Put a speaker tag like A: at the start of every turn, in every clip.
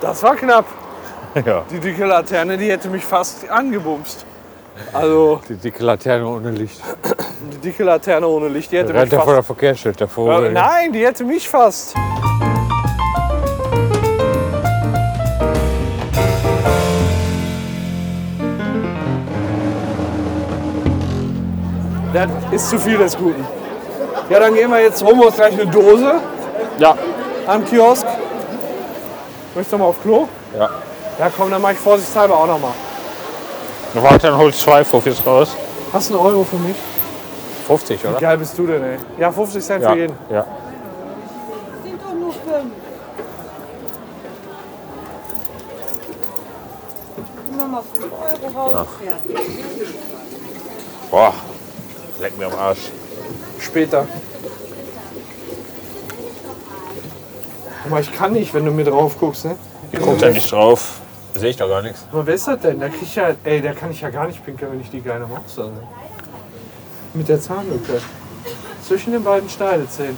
A: Das war knapp.
B: Ja,
A: Die dicke Laterne, die hätte mich fast angebumst. Also
B: die dicke Laterne ohne Licht.
A: die dicke Laterne ohne Licht, die hätte mich
B: Rennt er
A: fast.
B: vor der Verkehrsstelle davor.
A: Äh, nein, die hätte mich fast. Das ist zu viel des Guten. Ja, dann gehen wir jetzt holen wir uns gleich eine Dose
B: Ja.
A: am Kiosk. Möchtest du noch mal auf Klo?
B: ja.
A: Ja, komm, dann mache ich vorsichtshalber auch noch mal.
B: Warte, dann holst zwei Fuffis raus.
A: Hast du einen Euro für mich?
B: 50, oder?
A: Wie geil bist du denn, ey? Ja, 50 Cent für jeden.
B: ja.
C: sind doch nur fünf. Immer mal 5 Euro raus. fertig.
B: Boah, leck mir am Arsch.
A: Später. Aber ich kann nicht, wenn du mir drauf guckst, ne?
B: Ich guck da nicht drauf. Sehe ich da gar nichts.
A: Aber wer ist das denn? Da krieg ich ja, ey, da kann ich ja gar nicht pinkeln, wenn ich die geile Maus da sehe. Mit der Zahnlücke. Zwischen den beiden Schneidezähnen.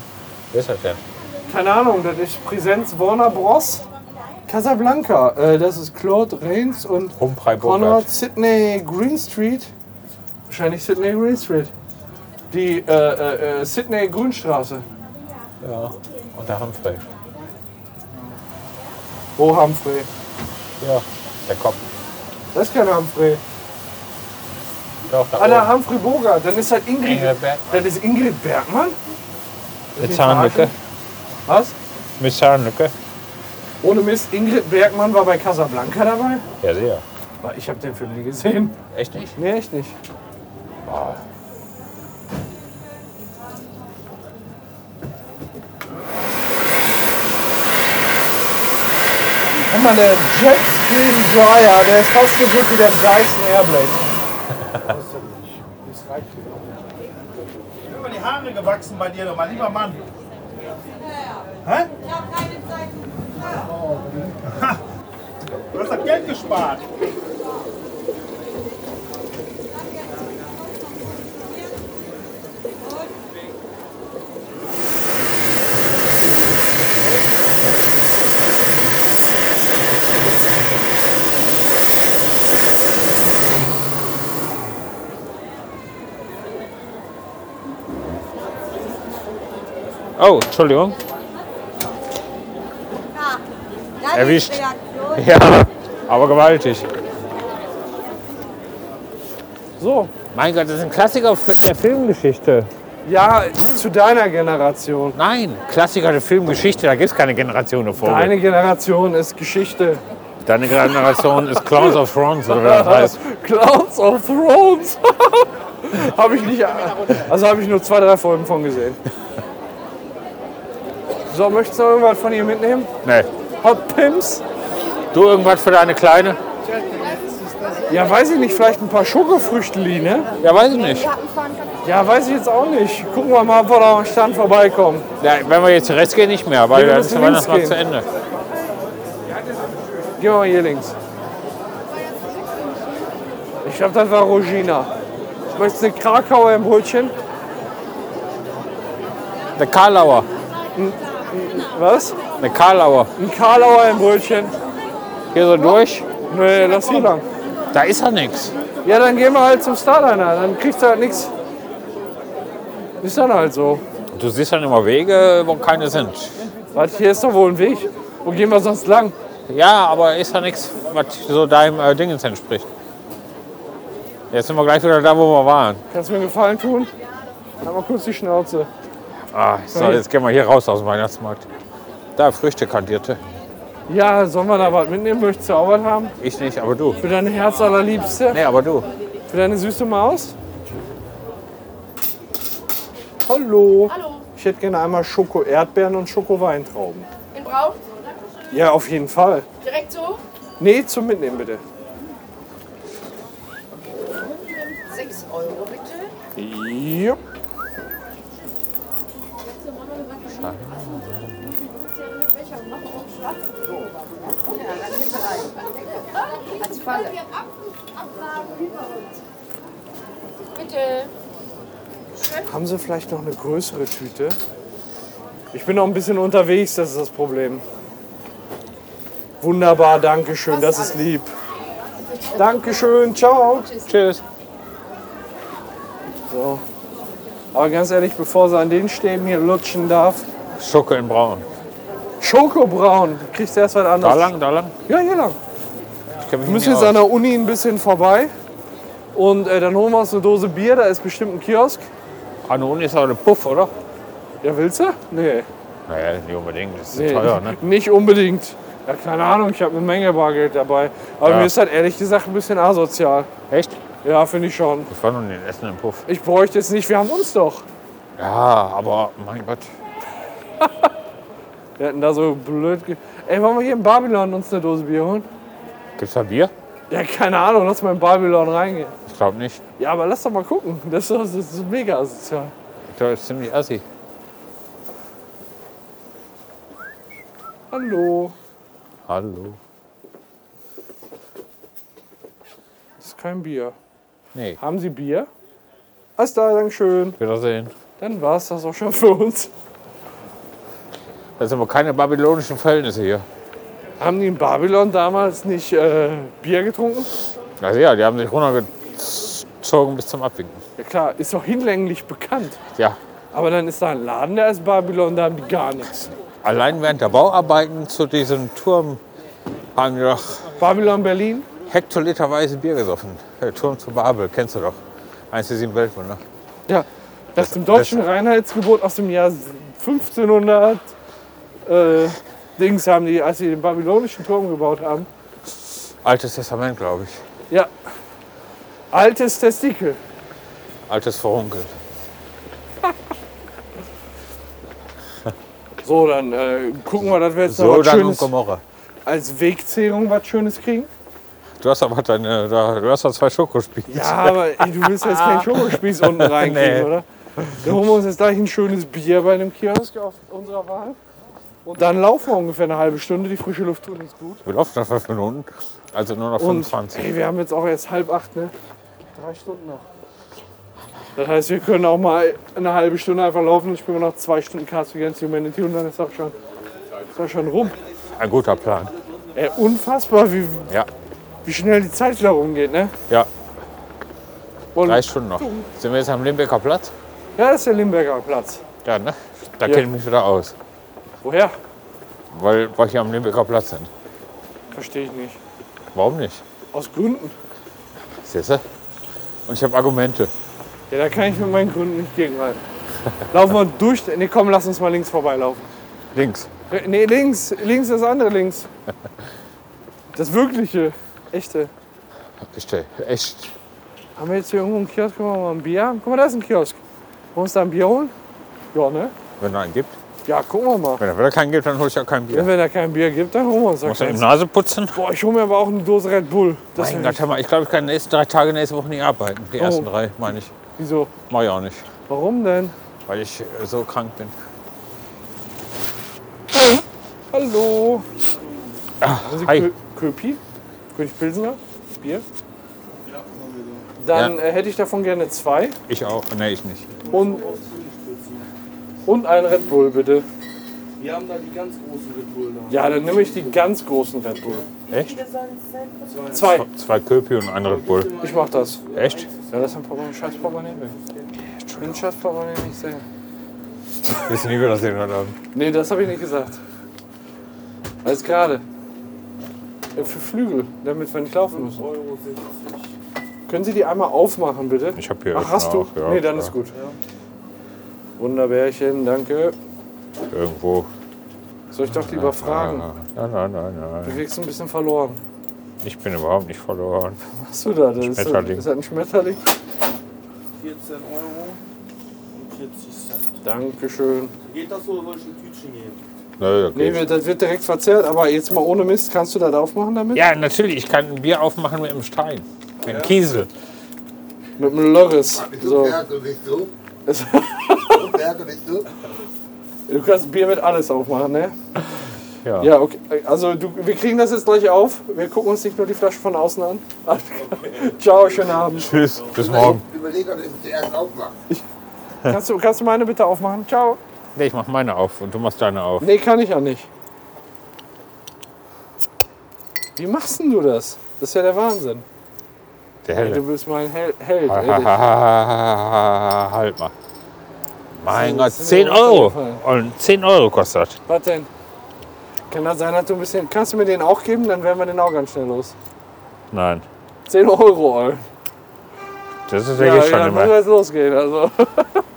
B: Wer ist das denn?
A: Keine Ahnung, das ist Präsenz Warner Bros. Casablanca. Äh, das ist Claude Rains und
B: Humprei
A: Conrad
B: Burkhardt.
A: Sidney Greenstreet. Wahrscheinlich Sidney Greenstreet. Die äh, äh, äh, Sidney Grünstraße.
B: Ja. Und der Humphrey.
A: Oh, Humphrey.
B: Ja. Der Kopf.
A: Das ist kein Humphrey.
B: Doch, da
A: Ah, der
B: oben.
A: Humphrey Bogart. Dann ist halt Ingrid.
B: Ingrid Bergmann.
A: Dann ist Ingrid Bergmann.
B: Eine Zahnlücke.
A: Was?
B: Mit Zahnlücke.
A: Ohne Mist, Ingrid Bergmann war bei Casablanca dabei.
B: Ja, sehr.
A: Aber Ich habe den Film nie gesehen.
B: Echt nicht?
A: Nee, echt nicht. Oh Guck mal, der Jetstream Dryer, der ist fast so gut wie der Dyson Airblade.
D: über die Haare gewachsen bei dir, doch mein lieber Mann.
C: Ich habe keine Zeit für
D: Du hast das Geld gespart.
B: Oh, Entschuldigung.
C: Karten. Dann
B: Erwischt.
C: ist Reaktion.
B: Ja, aber gewaltig.
A: So,
B: Mein Gott, das ist ein Klassiker der Filmgeschichte.
A: ja, zu deiner Generation.
B: Nein, Klassiker der Filmgeschichte, da gibt es keine Generation davor.
A: Deine Generation ist Geschichte.
B: Deine Generation ist Clowns of Thrones, oder wie das heißt.
A: Clowns of Thrones. habe ich nicht. Also habe ich nur zwei, drei Folgen von gesehen. So, möchtest du noch irgendwas von ihr mitnehmen?
B: Nee.
A: Hot Pimps?
B: Du irgendwas für deine Kleine?
A: Ja, weiß ich nicht. Vielleicht ein paar Schokofrüchtli, ne?
B: Ja, weiß ich nicht.
A: Ja, weiß ich jetzt auch nicht. Gucken wir mal, ob wir da am Stand vorbeikommen.
B: Ja, wenn wir jetzt den Rest gehen, nicht mehr, weil
A: Nee, wir
B: dann ist der
A: müssen links
B: Weihnachtsmarkt zu
A: gehen.
B: Ende.
A: Gehen wir mal hier links. Ich glaube, das war Rogina. Möchtest du eine Krakauer im Brötchen?
B: Eine Karlauer.
A: Was?
B: Eine Karlauer.
A: Ein Karlauer im Brötchen?
B: Hier so durch,
A: Nee, lass hier lang.
B: da ist ja nichts.
A: Ja, dann gehen wir halt zum Starliner, dann kriegst du halt nichts. Ist dann halt so.
B: Du siehst dann immer Wege, wo keine sind.
A: Warte, hier ist doch wohl ein Weg. Wo gehen wir sonst lang?
B: Ja, aber ist ja nichts, was so deinem äh, Dingens entspricht. Jetzt sind wir gleich wieder da, wo wir waren.
A: Kannst du mir einen Gefallen tun? Halt mal kurz die Schnauze.
B: Ah, so, jetzt gehen wir hier raus aus dem Weihnachtsmarkt. Da, Früchte kandierte.
A: Ja, sollen wir da was mitnehmen? Möchtest du auch was haben?
B: Ich nicht, aber du.
A: Für deine Herz allerliebste?
B: Nee, aber du.
A: Für deine süße Maus? Hallo. Hallo. Ich hätte gerne einmal Schoko-Erdbeeren und Schoko-Weintrauben.
E: In Braun?
A: Ja, auf jeden Fall.
E: Direkt so?
A: Nee, zum Mitnehmen bitte.
E: 6 Euro bitte.
A: Jupp.
E: Als Falle. Bitte.
A: Haben Sie vielleicht noch eine größere Tüte? Ich bin noch ein bisschen unterwegs, das ist das Problem. Wunderbar, danke schön, das ist lieb. Dankeschön, ciao.
B: Tschüss.
A: So. Aber ganz ehrlich, bevor sie an den Stäben hier lutschen darf,
B: Schoko in Braun.
A: Schokobraun, du kriegst erst was
B: Da
A: anderes.
B: lang, da lang.
A: Ja, hier lang.
B: Ich kenn mich
A: Wir müssen jetzt an der Uni ein bisschen vorbei. Und äh, dann holen wir uns eine Dose Bier, da ist bestimmt ein Kiosk.
B: Anon ist aber der Puff, oder?
A: Ja, willst du? Nee.
B: Naja, nicht unbedingt. Das ist
A: nee.
B: teuer, ne?
A: Nicht unbedingt. Ja, keine Ahnung, ich habe eine Menge Bargeld dabei. Aber
B: Ja.
A: mir ist halt ehrlich gesagt ein bisschen asozial.
B: Echt?
A: Ja, finde ich schon.
B: Ich war noch nie in Essen im Puff.
A: Ich bräuchte jetzt nicht, wir haben uns doch.
B: Ja, aber mein Gott.
A: Wir hätten da so blöd. Ge Ey, wollen wir hier in Babylon uns eine Dose Bier holen?
B: Gibt's da Bier?
A: Ja, keine Ahnung, lass mal in Babylon reingehen.
B: Ich glaube nicht.
A: Ja, aber lass doch mal gucken. Das ist, das ist mega asozial.
B: Ich glaube, das ist ziemlich assi.
A: Hallo.
B: Hallo.
A: Das ist kein Bier.
B: Nee,
A: Haben Sie Bier? Alles da, Dankeschön.
B: wiedersehen.
A: Dann war es das auch schon für uns.
B: Das sind aber keine babylonischen Verhältnisse hier.
A: Haben die in Babylon damals nicht äh, Bier getrunken?
B: Also ja, die haben sich runtergezogen bis zum Abwinken.
A: Ja klar, ist doch hinlänglich bekannt.
B: Ja,
A: Aber dann ist da ein Laden, der ist Babylon, da haben die gar nichts.
B: allein während der Bauarbeiten zu diesem Turm haben die doch
A: Babylon Berlin?
B: hektoliterweise Bier gesoffen. Der Turm zu Babel, kennst du doch. Eins der sieben Weltwunder.
A: Ja. Nach dem deutschen Reinheitsgebot aus dem Jahr 1500 äh, Dings haben die, als sie den babylonischen Turm gebaut haben.
B: Altes Testament, glaube ich.
A: Ja. Altes Testikel.
B: Altes Verunkel.
A: So, dann äh, gucken wir, dass wir jetzt noch
B: So,
A: was
B: dann und
A: Schönes
B: Gomorra.
A: als Wegzehrung was Schönes kriegen.
B: Du hast aber deine, da- du hast da zwei Schokospieße.
A: Ja, aber ey, du willst jetzt keinen Schokospieß unten reinkriegen,
B: Nee.
A: oder? Dann holen wir uns jetzt gleich ein schönes Bier bei einem Kiosk auf unserer Wahl. Und dann laufen wir ungefähr eine halbe Stunde. Die frische Luft tut uns gut.
B: Wir laufen noch fünf Minuten, also nur noch
A: Und
B: 25.
A: ey, wir haben jetzt auch erst halb acht, ne? Drei Stunden noch. Das heißt, wir können auch mal eine halbe Stunde einfach laufen. Dann spielen wir noch zwei Stunden Cards Against Humanity und dann ist auch schon, ist auch schon rum.
B: Ein guter Plan.
A: Ey, unfassbar, wie,
B: Ja,
A: wie schnell die Zeit wieder rumgeht, ne?
B: ja,
A: Und,
B: drei
A: ja,
B: Stunden noch. Sind wir jetzt am Limbecker Platz?
A: das ist der Limberger Platz.
B: Ja, ne? Da
A: Ja.
B: kenne ich mich wieder aus,
A: Woher?
B: weil, weil wir am Limbecker Platz sind.
A: Verstehe ich nicht.
B: Warum nicht?
A: Aus Gründen.
B: Siehst du? Und ich habe Argumente.
A: Ja, da kann ich mit meinen Gründen nicht gegenhalten. Laufen wir durch. Nee, komm, lass uns mal links vorbeilaufen.
B: Links.
A: Re- Nee, links. Links ist das andere links. Das wirkliche, echte.
B: Ich stell, echt.
A: Haben wir jetzt hier irgendwo einen Kiosk? Können wir mal ein Bier haben? Guck mal, da ist ein Kiosk. Wollen wir uns da ein Bier holen? Ja, ne?
B: Wenn da einen gibt.
A: Ja, gucken wir mal.
B: Wenn da wieder keinen gibt, dann hole ich ja kein Bier.
A: Ja, Wenn da kein Bier gibt, dann holen wir uns da
B: Muss er eben
A: keins.
B: Nase putzen?
A: Boah, ich hole mir aber auch eine Dose Red Bull. Das
B: mein
A: wär
B: Gott, hör mal, ich glaube, ich kann die nächsten drei Tage nächste Woche nicht arbeiten. Die ersten
A: Oh.
B: drei, meine ich.
A: nicht- Wieso?
B: Mach ich auch nicht,
A: Warum denn?
B: weil ich äh, so krank bin.
A: Hallo. Haben Sie
B: Ah, hi.
A: Kö- Köpi? König Pilsener? Bier? Dann
B: Ja.
A: äh, hätte ich davon gerne zwei.
B: Ich auch. Nee, ich nicht.
A: Und, und ein Red Bull, bitte.
F: Wir haben da die ganz großen Red Bull da.
A: Ja, dann nehme ich die ganz großen Red Bull.
B: Echt?
A: Zwei.
B: Zwei Köpi und ein Red Bull.
A: Ich mach das.
B: Echt?
A: Ja, das ist ein Papa, ein scheiß Papa nicht weg. Entschuldigung, scheiß Papa nicht sehen.
B: Willst du nie wieder sehen heute Abend?
A: Nee, das habe ich nicht gesagt. Alles gerade. Ja, Für Flügel, damit wir nicht laufen müssen. Können Sie die einmal aufmachen, bitte?
B: Ich hab hier
A: Ach,
B: jetzt
A: hast du?
B: noch, ja,
A: nee, dann
B: ja.
A: ist gut. Wunderbärchen, danke.
B: Irgendwo.
A: Soll ich doch lieber fragen?
B: Nein, nein, nein, nein.
A: Du wirkst ein bisschen verloren.
B: Ich bin überhaupt nicht verloren.
A: Was hast du da? Das ist, so-
B: Schmetterling.
A: ist das ein Schmetterling?
F: 14 Euro und 40 Cent.
A: Dankeschön.
F: Geht das so oder soll ich ein Tütchen geben?
B: Nö, das
A: Nee,
B: geht.
A: wir- das wird direkt verzerrt, aber jetzt mal ohne Mist, kannst du das aufmachen damit?
B: Ja, natürlich. Ich kann ein Bier aufmachen mit einem Stein. Mit einem Kiesel.
A: Mit einem Lörres.
G: So.
A: So.
G: Berge bist du?
A: Es-
G: Du Berge bist du?
A: Du kannst Bier mit alles aufmachen, ne?
B: Ja.
A: Ja, okay. Also du, wir kriegen das jetzt gleich auf. Wir gucken uns nicht nur die Flasche von außen an. Alles klar. Ciao, schönen Abend.
B: Tschüss. Bis morgen.
G: Überleg, ob ich zuerst aufmache.
A: Kannst du, kannst du meine bitte aufmachen? Ciao.
B: Nee, ich mach meine auf und du machst deine auf.
A: Nee, kann ich ja nicht. Wie machst denn du das? Das ist ja der Wahnsinn.
B: Der
A: Ey, du
B: Helle.
A: bist mein Hel Held. ehrlich.
B: halt mal. Mein Gott,
A: Das sind
B: 10
A: mir auch
B: Euro.
A: runtergefallen.
B: Und 10 Euro kostet das.
A: Was denn? Kann das sein, dass du ein bisschen. Kannst du mir den auch geben? Dann wären wir den auch ganz schnell los.
B: Nein,
A: 10 Euro, ey.
B: das ist ja, jetzt schon
A: dann muss
B: immer.
A: jetzt losgehen. Also.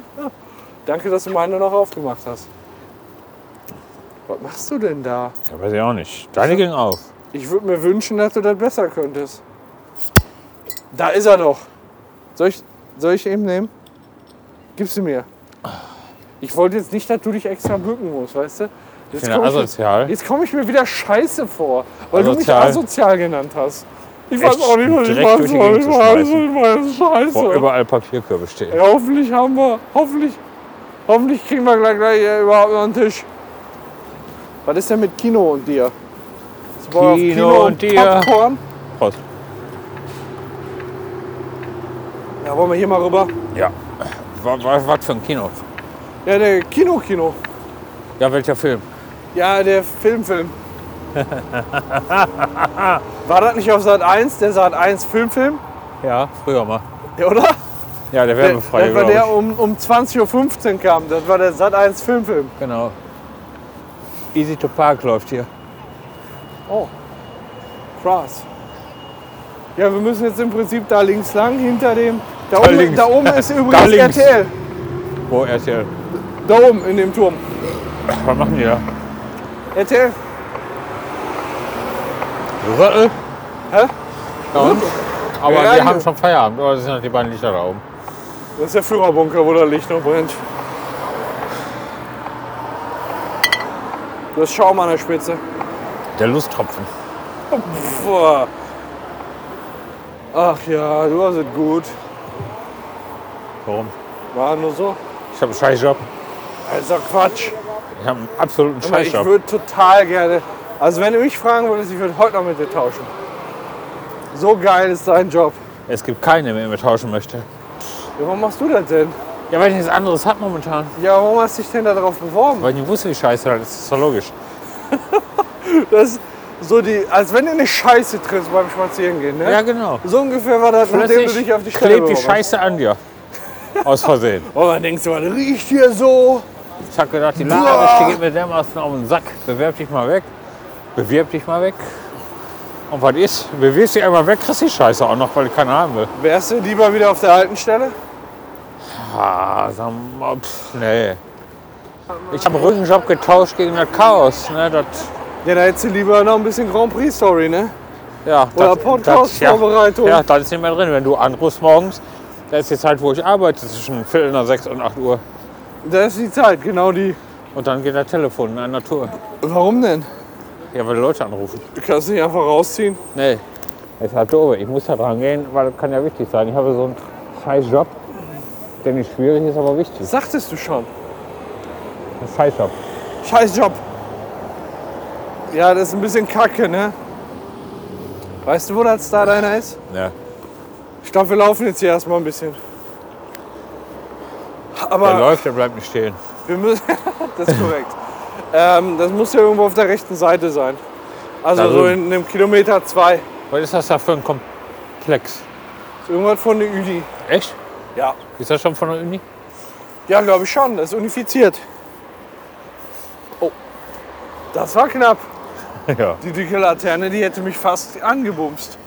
A: Danke, dass du meine noch aufgemacht hast. Was machst du denn da?
B: Ja, weiß ich auch nicht. Deine ging auf.
A: Ich würde mir wünschen, dass du das besser könntest. Da ist er doch. Soll ich, soll ich eben nehmen? Gib sie mir. Ich wollte jetzt nicht, dass du dich extra bücken musst, weißt du?
B: Ich
A: Jetzt
B: bin ja
A: komm ich-
B: asozial.
A: Jetzt komme ich mir wieder scheiße vor, weil du mich
B: Asozial.
A: asozial genannt hast. Ich
B: Echt,
A: weiß auch nicht, was ich
B: direkt
A: machen
B: durch die
A: soll. Ich
B: Gegend zu
A: weiß
B: schmeißen.
A: nicht, was ist
B: Wo
A: scheiße.
B: überall Papierkörbe stehen.
A: Ja, hoffentlich haben wir, hoffentlich, hoffentlich kriegen wir gleich, gleich äh, überhaupt noch einen Tisch. Was ist denn mit Kino und dir? Ist Bock auf
B: Kino und dir.
A: Popcorn?
B: Prost.
A: Ja, wollen wir hier mal rüber?
B: Ja. Was, was für ein Kino?
A: Ja, der Kino-Kino.
B: Ja, welcher Film?
A: Ja, der Filmfilm. War das nicht auf Sat 1, der Sat 1 Filmfilm?
B: Ja, früher mal.
A: Ja, oder?
B: Ja,
A: Der,
B: der
A: das
B: Werbefreie,
A: war
B: glaub
A: der um, um 20.15 Uhr kam. Das war der Sat 1 Filmfilm.
B: ich. Genau. Easy to Park läuft hier.
A: Oh, krass. Ja, wir müssen jetzt im Prinzip da links lang, hinter dem. Da, oben,
B: links.
A: da oben ist übrigens
B: Da links.
A: RTL.
B: Wo RTL?
A: Da oben in dem Turm.
B: Was machen die da?
A: RTL.
B: Rüttel?
A: Hä?
B: Ja, und? Aber
A: Ja,
B: wir
A: ja.
B: haben schon Feierabend. Oder das sind halt die beiden Lichter da oben.
A: Das ist der Führerbunker, wo das Licht noch brennt. Das ist Schaum an der Spitze.
B: Der Lusttropfen.
A: Pff. Ach ja, du hast es gut.
B: Warum?
A: War nur so.
B: Ich habe einen Scheißjob.
A: Also Quatsch.
B: Ich habe einen absoluten
A: Aber ich
B: Scheißjob.
A: würde total gerne. Also wenn du mich fragen würdest, ich würde heute noch mit dir tauschen. So geil ist dein Job.
B: Es gibt keinen, der mit mir tauschen möchte.
A: Ja, warum machst du das denn?
B: Ja, weil ich nichts anderes habe momentan.
A: Ja, warum hast du dich denn darauf beworben?
B: Weil ich nicht wusste, wie scheiße das ist. Ist doch logisch.
A: Das ist so die, als wenn du eine Scheiße triffst beim Spazierengehen, ne?
B: Ja, genau.
A: So ungefähr war das, nachdem du
B: Plötzlich
A: dich auf die Stelle
B: klebt die
A: beworben hast.
B: Scheiße an dir. Aus Versehen.
A: Und dann denkst du, was riecht hier so?
B: Ich habe gedacht, die Lagerwäsche die geht mir dermaßen auf den Sack. Bewerb dich mal weg. Bewirb dich mal weg. Und was ist? Bewirbst dich einmal weg, kriegst die Scheiße auch noch, weil ich keine haben will.
A: Wärst du lieber wieder auf der alten Stelle?
B: Ah, sag mal, pff, nee. Ich habe Rückenjob getauscht gegen das Chaos. Ne? Das,
A: Ja, da hättest du lieber noch ein bisschen Grand Prix Story, ne?
B: ja,
A: Oder
B: das- das- ja.
A: Podcast-Vorbereitung.
B: Ja, da ist nicht mehr drin. Wenn du anrufst morgens, da ist die Zeit, wo ich arbeite, zwischen Viertel nach sechs und acht Uhr.
A: Da ist die Zeit, genau die.
B: Und dann geht das Telefon in einer Tour.
A: Warum denn?
B: Ja, weil die Leute anrufen.
A: Du kannst nicht einfach rausziehen.
B: Nee. Das ist halt doof. Ich muss da dran gehen, weil das kann ja wichtig sein. Ich habe so einen scheiß Job, der nicht schwierig ist, aber wichtig.
A: Sagtest du schon.
B: Ein scheiß Job.
A: Scheiß Job. Ja, das ist ein bisschen kacke, ne? Weißt du, wo der Star deiner ist?
B: Ja.
A: Ich glaube, wir laufen jetzt hier erstmal ein bisschen.
B: Der
A: Aber
B: läuft, der bleibt nicht stehen.
A: wir müssen. das ist korrekt. ähm, das muss ja irgendwo auf der rechten Seite sein. Also
B: Da
A: so
B: drüben.
A: in einem Kilometer zwei.
B: Was ist das da für ein Komplex?
A: Ist irgendwas von der Uni.
B: Echt?
A: Ja.
B: Ist das schon von der Uni?
A: Ja, glaube ich schon. Das ist unifiziert. Oh. Das war knapp.
B: Ja.
A: Die dicke Laterne, die hätte mich fast angebumst.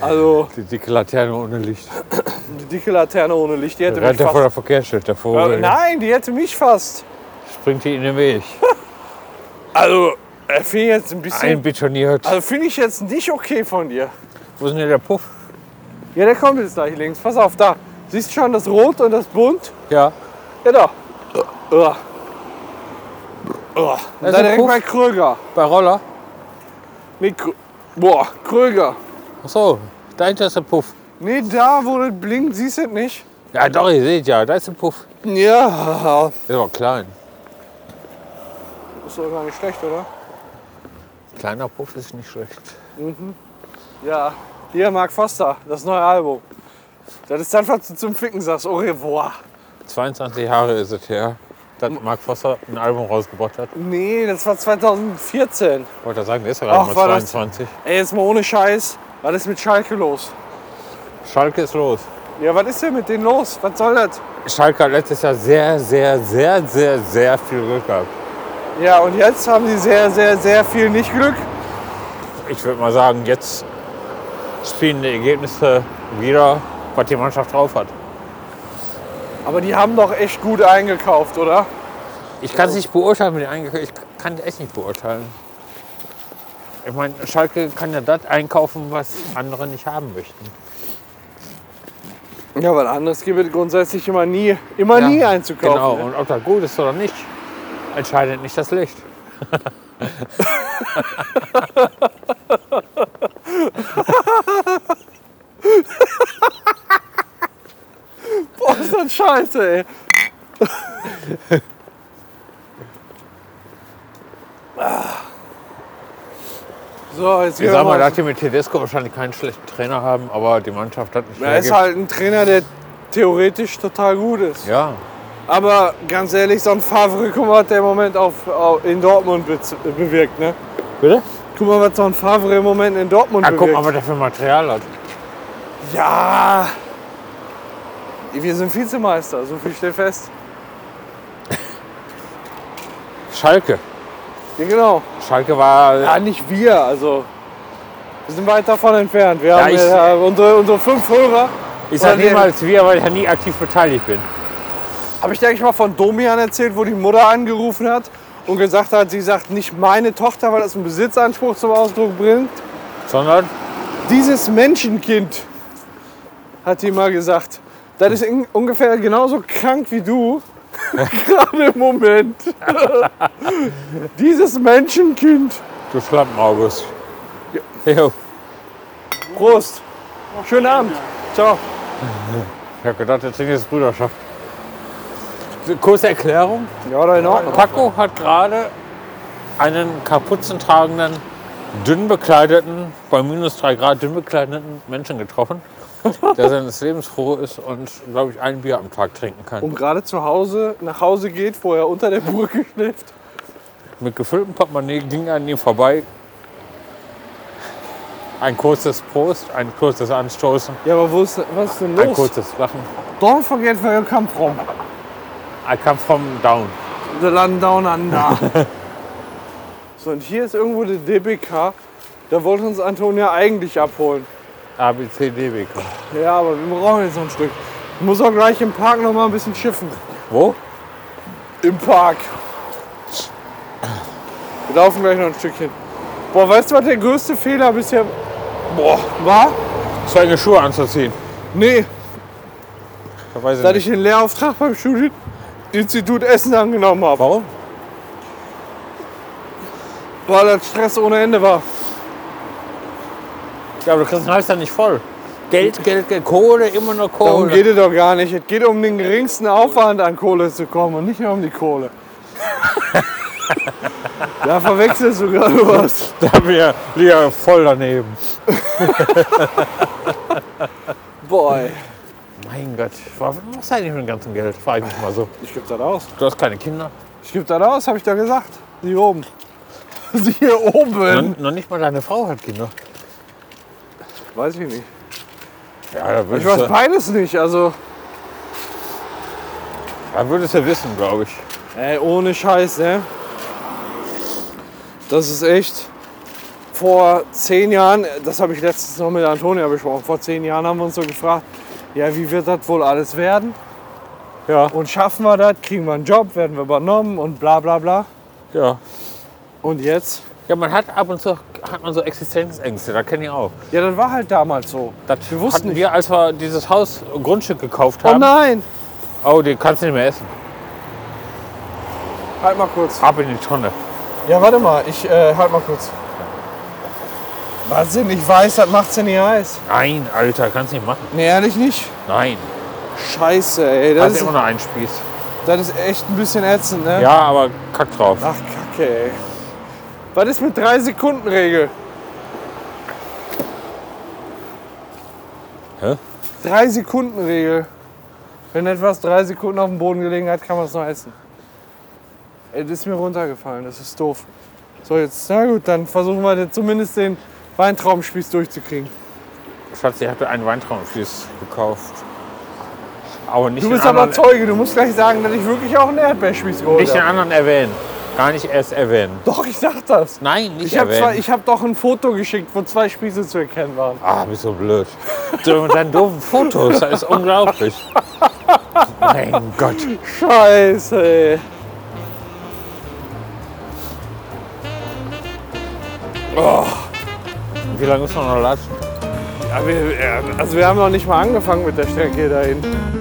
A: Also
B: Die dicke Laterne ohne Licht.
A: die dicke Laterne ohne Licht, die hätte mich
B: Rennt er vor
A: fast.
B: der Verkehrsschild davor.
A: Äh, nein, die hätte mich fast.
B: Springt die in den Weg.
A: Also, äh, finde ich jetzt ein bisschen.
B: Einbetoniert.
A: Also finde ich jetzt nicht okay von dir.
B: Wo ist denn hier der Puff?
A: Ja, der kommt jetzt gleich links. Pass auf, da. Siehst du schon das Rot und das Bunt?
B: Ja.
A: Ja, da. Uah. Uah. Und
B: ist
A: dann
B: ein
A: direkt
B: Puff.
A: bei Kröger.
B: Bei Roller?
A: Nee, Krö Boah, Kröger.
B: Ach so, dahinter ist der Puff.
A: Nee, da, wo das blinkt, siehst du es nicht?
B: Ja, doch, ihr seht ja, da ist der Puff.
A: Ja.
B: Ist aber klein.
A: Ist doch gar nicht schlecht, oder?
B: Kleiner Puff ist nicht schlecht.
A: Ja. Hier, Mark Foster, das neue Album. Das ist das, was du zum Ficken sagst. Au revoir.
B: 22 Jahre ist es her. dass
A: Hm.
B: Mark Foster ein Album rausgebracht hat.
A: Nee, das war 2014.
B: Ich wollte sagen, der ist ja gerade
A: Ach,
B: mal
A: war das-
B: 22.
A: Ey, jetzt mal ohne Scheiß. Was ist mit Schalke los?
B: Schalke ist los.
A: Ja, was ist denn mit denen los? Was soll das?
B: Schalke hat letztes Jahr sehr, sehr, sehr, sehr, sehr viel Glück gehabt.
A: Ja, und jetzt haben sie sehr, sehr, sehr viel nicht Glück.
B: Ich würde mal sagen, jetzt spielen die Ergebnisse wieder, was die Mannschaft drauf hat.
A: Aber die haben doch echt gut eingekauft, oder?
B: Ich kann es nicht beurteilen mit den Einge- Ich kann es echt nicht beurteilen. Ich meine, Schalke kann ja das einkaufen, was andere nicht haben möchten.
A: Ja, weil anderes gibt es grundsätzlich immer nie, immer nie
B: Ja,
A: einzukaufen.
B: Genau,
A: ne?
B: und ob das gut ist oder nicht, entscheidet nicht das Licht.
A: Boah, ist das scheiße, ey. Ah. so, jetzt
B: Ich
A: gehen
B: sag mal,
A: mal-
B: dass die mit Tedesco wahrscheinlich keinen schlechten Trainer haben, aber die Mannschaft hat nicht
A: Er ist
B: hergibt.
A: halt ein Trainer, der theoretisch total gut ist.
B: Ja,
A: Aber ganz ehrlich, so ein Favre, guck mal, was der im Moment auf, auf, in Dortmund be bewirkt. Ne?
B: bitte?
A: Guck mal, was so ein Favre im Moment in Dortmund
B: Ah, guck
A: bewirkt.
B: mal, was der für Material hat.
A: ja. Wir sind Vizemeister, so viel steht fest.
B: Schalke.
A: Ja, genau.
B: Schalke war.
A: Ja, nicht wir, also. Wir sind weit davon entfernt. Wir
B: Ja,
A: haben
B: ich-
A: ja, unsere, unsere fünf Hörer.
B: ich sag
A: oder den-
B: niemals wir, weil ich ja nie aktiv beteiligt bin.
A: Habe ich dir eigentlich mal von Domian erzählt, wo die Mutter angerufen hat und gesagt hat, sie sagt nicht meine Tochter, weil das einen Besitzanspruch zum Ausdruck bringt.
B: Sondern
A: Dieses Menschenkind, hat die mal gesagt. Das ist in, ungefähr genauso krank wie du. Gerade im Moment. Dieses Menschenkind.
B: du Schlappen, August. Jo.
A: Prost. Schönen Abend. Ciao.
B: Ich hab gedacht, jetzt sind jetzt Brüderschaft. Kurze Erklärung.
A: Ja, oder in Ordnung.
B: Paco hat gerade einen kapuzentragenden, dünn bekleideten, bei minus drei Grad dünn bekleideten Menschen getroffen, der seines Lebens froh ist und, glaube ich, ein Bier am Tag trinken kann.
A: Und Um gerade zu Hause, nach Hause geht, vorher unter der Brücke schläft.
B: Mit gefülltem Portemonnaie ging er an ihm vorbei. Ein kurzes Prost, ein kurzes Anstoßen,
A: Ja, aber wo ist, was ist denn
B: ein
A: los?
B: kurzes Lachen.
A: Don't forget where you come from.
B: I come from down.
A: The land down under. so, und hier ist irgendwo der DBK. Da wollte uns Antonia eigentlich abholen.
B: ABCD-Weg.
A: Ja, aber wir brauchen jetzt noch ein Stück. Ich muss auch gleich im Park noch mal ein bisschen schiffen.
B: Wo?
A: Im Park. Wir laufen gleich noch ein Stückchen. Boah, weißt du, was der größte Fehler bisher Boah. war?
B: Seine Schuhe anzuziehen.
A: Nee,
B: Da weiß ich
A: dass
B: nicht.
A: ich den Lehrauftrag beim Studieninstitut Essen angenommen habe.
B: Warum?
A: Weil das Stress ohne Ende war.
B: Ja, aber du kriegst den Hals dann nicht voll. Geld, Geld, Geld, Kohle, immer nur
A: Darum
B: Kohle.
A: geht es doch gar nicht. Es geht um den geringsten Aufwand an Kohle zu kommen und nicht mehr um die Kohle. da verwechselst du gerade was.
B: da bin ich ja voll daneben.
A: Boy.
B: Mein Gott, was machst du eigentlich mit dem ganzen Geld? Frag ich mich mal so.
A: Ich geb das aus.
B: Du hast keine Kinder.
A: Ich geb das aus, habe ich da gesagt. Sie hier oben. Sie hier oben.
B: Noch, noch nicht mal deine Frau hat Kinder.
A: Weiß ich nicht.
B: Ja,
A: Ich
B: da
A: weiß
B: würdest, du,
A: beides nicht. Also,
B: da würdest du wissen, glaube ich.
A: ey, ohne Scheiß, ne? Das ist echt. Vor zehn Jahren, das habe ich letztens noch mit Antonia besprochen, vor zehn Jahren haben wir uns so gefragt, ja, wie wird das wohl alles werden?
B: Ja,
A: Und schaffen wir das, kriegen wir einen Job, werden wir übernommen und bla bla bla.
B: ja.
A: Und jetzt?
B: Ja, man hat ab und zu hat man so Existenzängste, da kenne ich auch.
A: Ja, das war halt damals so.
B: Das wir
A: wussten
B: hatten
A: nicht.
B: wir, als wir dieses Haus äh, Grundstück gekauft
A: Oh
B: haben.
A: nein!
B: oh, den kannst du nicht mehr essen.
A: Halt mal kurz.
B: Ab in die Tonne.
A: Ja, warte mal, ich äh, halt mal kurz. Was denn nicht weiß, das macht's denn nicht heiß.
B: Nein, Alter, kannst nicht machen.
A: Nee, ehrlich nicht.
B: Nein.
A: Scheiße, ey. Das,
B: Hast
A: ist,
B: immer noch einen Spieß.
A: das ist echt ein bisschen ätzend, ne?
B: Ja, aber kack drauf.
A: Ach, kacke, ey. Was ist mit 3-Sekunden-Regel?
B: Hä?
A: 3-Sekunden-Regel. Wenn etwas 3 Sekunden auf dem Boden gelegen hat, kann man es noch essen. das ist mir runtergefallen, das ist doof. So, jetzt, na gut, dann versuchen wir jetzt zumindest den Weintraubenspieß durchzukriegen.
B: Schatz, ich hatte einen Weintraubenspieß gekauft. Aber nicht
A: Du bist
B: den
A: aber
B: anderen,
A: Zeuge, du musst gleich sagen, dass ich wirklich auch einen Erdbeerspieß geholt
B: Nicht den
A: habe.
B: anderen erwähnen. Gar nicht erst erwähnen.
A: Doch, ich sag das.
B: Nein, nicht
A: Ich habe
B: erwähnen.
A: hab doch ein Foto geschickt, wo zwei Spieße zu erkennen waren.
B: Ah, bist so blöd. So mit deinen doofen Fotos, das ist unglaublich. Mein Gott.
A: Scheiße, ey.
B: Wie lange ist noch latschen?
A: Ja, wir, also wir haben noch nicht mal angefangen mit der Strecke hier dahin.